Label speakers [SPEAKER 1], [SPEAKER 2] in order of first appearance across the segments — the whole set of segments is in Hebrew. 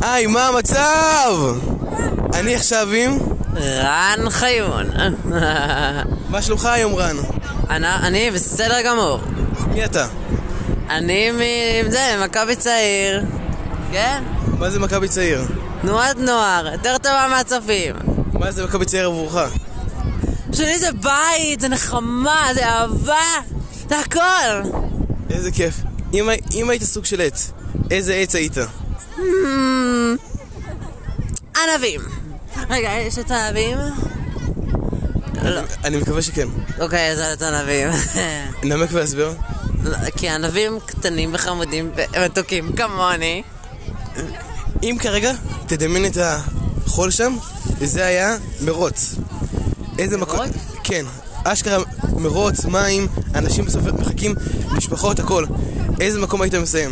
[SPEAKER 1] היי, מה המצב? אני עכשיו עם...
[SPEAKER 2] רן חיון.
[SPEAKER 1] מה שלומך היום, רן?
[SPEAKER 2] אני, אני בסדר גמור.
[SPEAKER 1] מי אתה?
[SPEAKER 2] אני מ... זה, מכבי צעיר. כן?
[SPEAKER 1] מה זה מכבי צעיר?
[SPEAKER 2] תנועת נוער, יותר טובה מהצופים.
[SPEAKER 1] מה זה מכבי צעיר עבורך?
[SPEAKER 2] שלי זה בית, זה נחמה, זה אהבה, זה הכל.
[SPEAKER 1] איזה כיף. אם, הי- אם היית סוג של עץ, איזה עץ היית?
[SPEAKER 2] Hmm, ענבים. רגע, יש את הענבים? לא.
[SPEAKER 1] אני מקווה שכן.
[SPEAKER 2] אוקיי, אז את ענבים.
[SPEAKER 1] נמק והסבר.
[SPEAKER 2] לא, כי ענבים קטנים וחמודים ומתוקים כמוני.
[SPEAKER 1] אם כרגע תדמיין את החול שם, זה היה מרוץ. איזה מקום...
[SPEAKER 2] מרוץ?
[SPEAKER 1] כן. אשכרה מרוץ, מים, אנשים בסוף מחכים, משפחות, הכל. איזה מקום היית מסיים?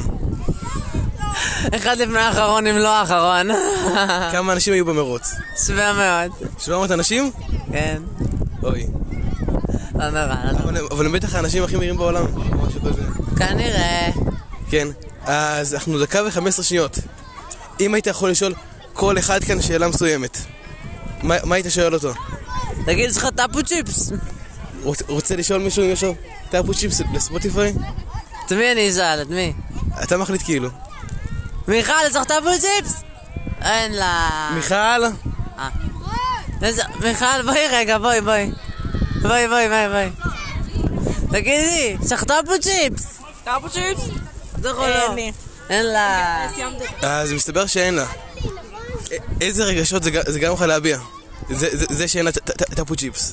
[SPEAKER 2] אחד לפני האחרון אם לא האחרון.
[SPEAKER 1] כמה אנשים היו במרוץ?
[SPEAKER 2] שבע מאות.
[SPEAKER 1] 700 אנשים?
[SPEAKER 2] כן.
[SPEAKER 1] אוי.
[SPEAKER 2] לא נורא, לא נורא.
[SPEAKER 1] אבל הם- אבל הם בטח האנשים הכי מהירים בעולם. או משהו כזה.
[SPEAKER 2] כנראה.
[SPEAKER 1] כן. אז אנחנו דקה ו-15 שניות. אם היית יכול לשאול כל אחד כאן שאלה מסוימת, מה מה היית שואל אותו?
[SPEAKER 2] תגיד, יש לך טאפו צ'יפס?
[SPEAKER 1] רוצ- רוצה לשאול מישהו אם יש לו טאפו צ'יפס לספוטיפיי?
[SPEAKER 2] את מי אני אשאל? את מי?
[SPEAKER 1] אתה מחליט כאילו.
[SPEAKER 2] מיכל, יש לך טאפו צ'יפס? אין לה.
[SPEAKER 1] מיכל?
[SPEAKER 2] איזה- מיכל, בואי רגע, בואי, בואי. בואי, בואי, בואי, בואי. תגידי, יש לך טאפו צ'יפס?
[SPEAKER 3] טאבו צ'יפס?
[SPEAKER 2] בטח או לא?
[SPEAKER 3] אין לי.
[SPEAKER 2] אין לה.
[SPEAKER 1] אז מסתבר שאין לה. א- איזה רגשות זה ג- זה גרם לך להביע? זה- זה זה שאין לה ט- ט- טאפו צ'יפס.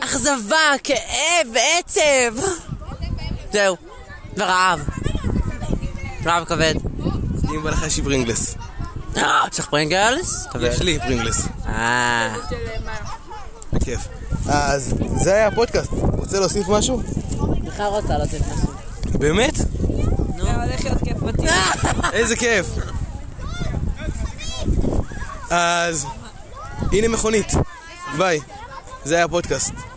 [SPEAKER 2] אכזבה, כאב, עצב. זהו. ורעב. רעב כבד.
[SPEAKER 1] אם בא לך יש לי פרינגלס.
[SPEAKER 2] אה, יש לך פרינגלס?
[SPEAKER 1] יש לי פרינגלס.
[SPEAKER 2] אה.
[SPEAKER 1] בכיף. אז זה היה הפודקאסט. רוצה להוסיף משהו?
[SPEAKER 2] מיכל רוצה לתת משהו.
[SPEAKER 1] באמת?
[SPEAKER 3] זה הולך להיות כיף בטיול.
[SPEAKER 2] אה.
[SPEAKER 1] איזה כיף. אז הנה מכונית. ביי. זה היה הפודקאסט.